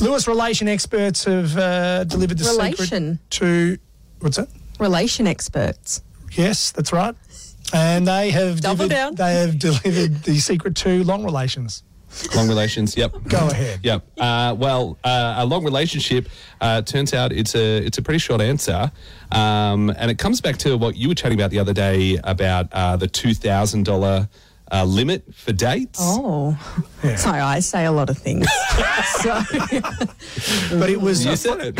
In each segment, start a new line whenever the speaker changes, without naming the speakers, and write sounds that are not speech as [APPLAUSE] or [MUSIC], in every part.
Lewis relation experts have uh, delivered the
Relation.
secret to what's that?
Relation experts.
Yes, that's right. And they have
Double
delivered,
down.
they have [LAUGHS] delivered the secret to long relations.
Long relations. Yep.
Go ahead.
Yep. Uh, well, uh, a long relationship uh, turns out it's a it's a pretty short answer, um, and it comes back to what you were chatting about the other day about uh, the two thousand dollar uh, limit for dates.
Oh.
Yeah.
So I say a lot of
[LAUGHS]
things. so
But it was
You said it.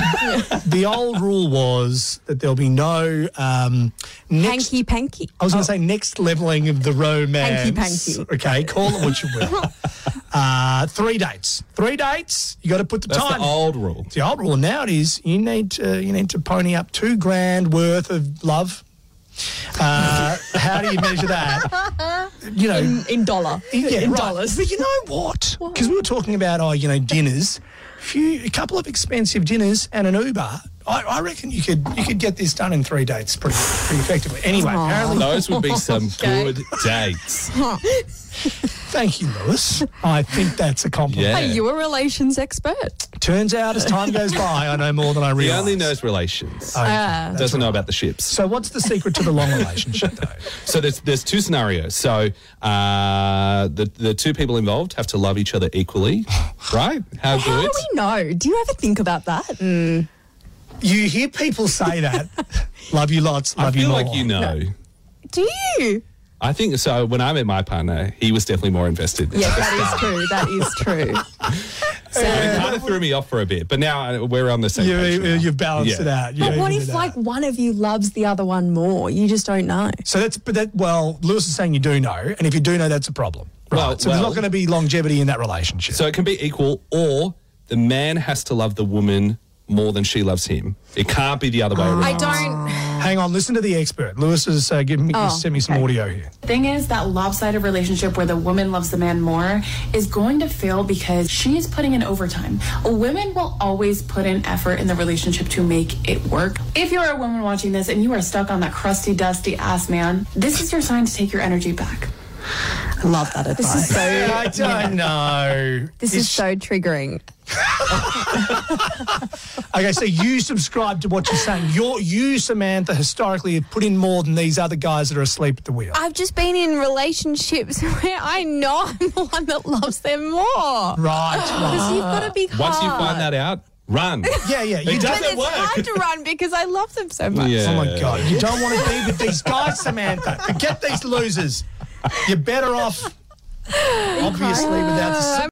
the old rule was that there'll be no um, next.
hanky panky.
I was going
Oh,
to say next leveling of the romance.
Hanky-panky.
Okay, call it what you will.
[LAUGHS]
uh, three dates. Three dates. You got to put the
That's
time.
the old rule.
the old rule now it is you need to you need to pony up two grand worth of love. Uh, how do you measure that?
[LAUGHS]
You know,
[LAUGHS]
in dollar.
yeah,
in
right.
dollars.
But you know
[LAUGHS]
what? Because we were talking about oh, you know, dinners. Few, a couple of expensive dinners and an Uber. I, I reckon you could you could get this done in three dates pretty, pretty effectively. Anyway,
Aw.
apparently,
Those would be some
Okay.
good dates.
thank you, Lewis. I think that's a compliment.
Yeah.
Are you a relations expert?
Turns out as time goes by, I know more than I
He
realize.
only knows relations.
Oh,
Ah.
Doesn't know about the ships.
So, what's the secret to the long relationship, though?
So there's there's two scenarios. So uh, the the two people involved have to love each other equally, right?
Oh,
How
How
do
good?
we know? Do you ever think about that?
Mm.
You hear people say
[LAUGHS]
that. love you lots. Love
I feel
you more.
like you know.
Do you?
I think so. When I met my partner, he was definitely more invested.
Yes,
[LAUGHS]
that is true. That is
[LAUGHS]
true.
It kind of threw me off for a bit, but now uh, we're on the same
You,
page.
you,
now.
you've balanced
Yeah.
it out. You
But what
evened
if,
it
like,
out.
one of you loves the other one more? You just don't know.
So that's but that. Well, Lewis is saying you do know, and if you do know, that's a problem. Right.
Well,
so there's not
well-
going to be longevity in that relationship.
So it can be equal, or the man has to love the woman more than she loves him. It can't be the other way around.
Ah. I don't.
Hang on, listen to the expert. Lewis has uh, given me
Oh,
sent me some
okay.
audio here.
Thing is, that lopsided relationship where the woman loves the man more is going to fail because she is putting in overtime. Women will always put in effort in the relationship to make it work. If you're a woman watching this and you are stuck on that crusty, dusty ass man, this is your sign to take your energy back.
I love that advice.
[LAUGHS]
This is so,
I don't know.
this is so triggering.
okay. So you subscribe to what you're saying. You're, you, Samantha, historically have put in more than these other guys that are asleep at the wheel.
Uh,
I've just been in relationships [LAUGHS] where I know I'm the one that loves them more.
right.
[LAUGHS]
right.
Because you've got to be hard.
Ah. Once you find
Ah.
that out, run.
Yeah, yeah. You
It
But
don't-
doesn't
it's hard
work.
to run because I love them so much.
Yeah.
Oh my God. You don't want to be with these guys, Samantha. Forget these losers. You're better off, obviously, without the.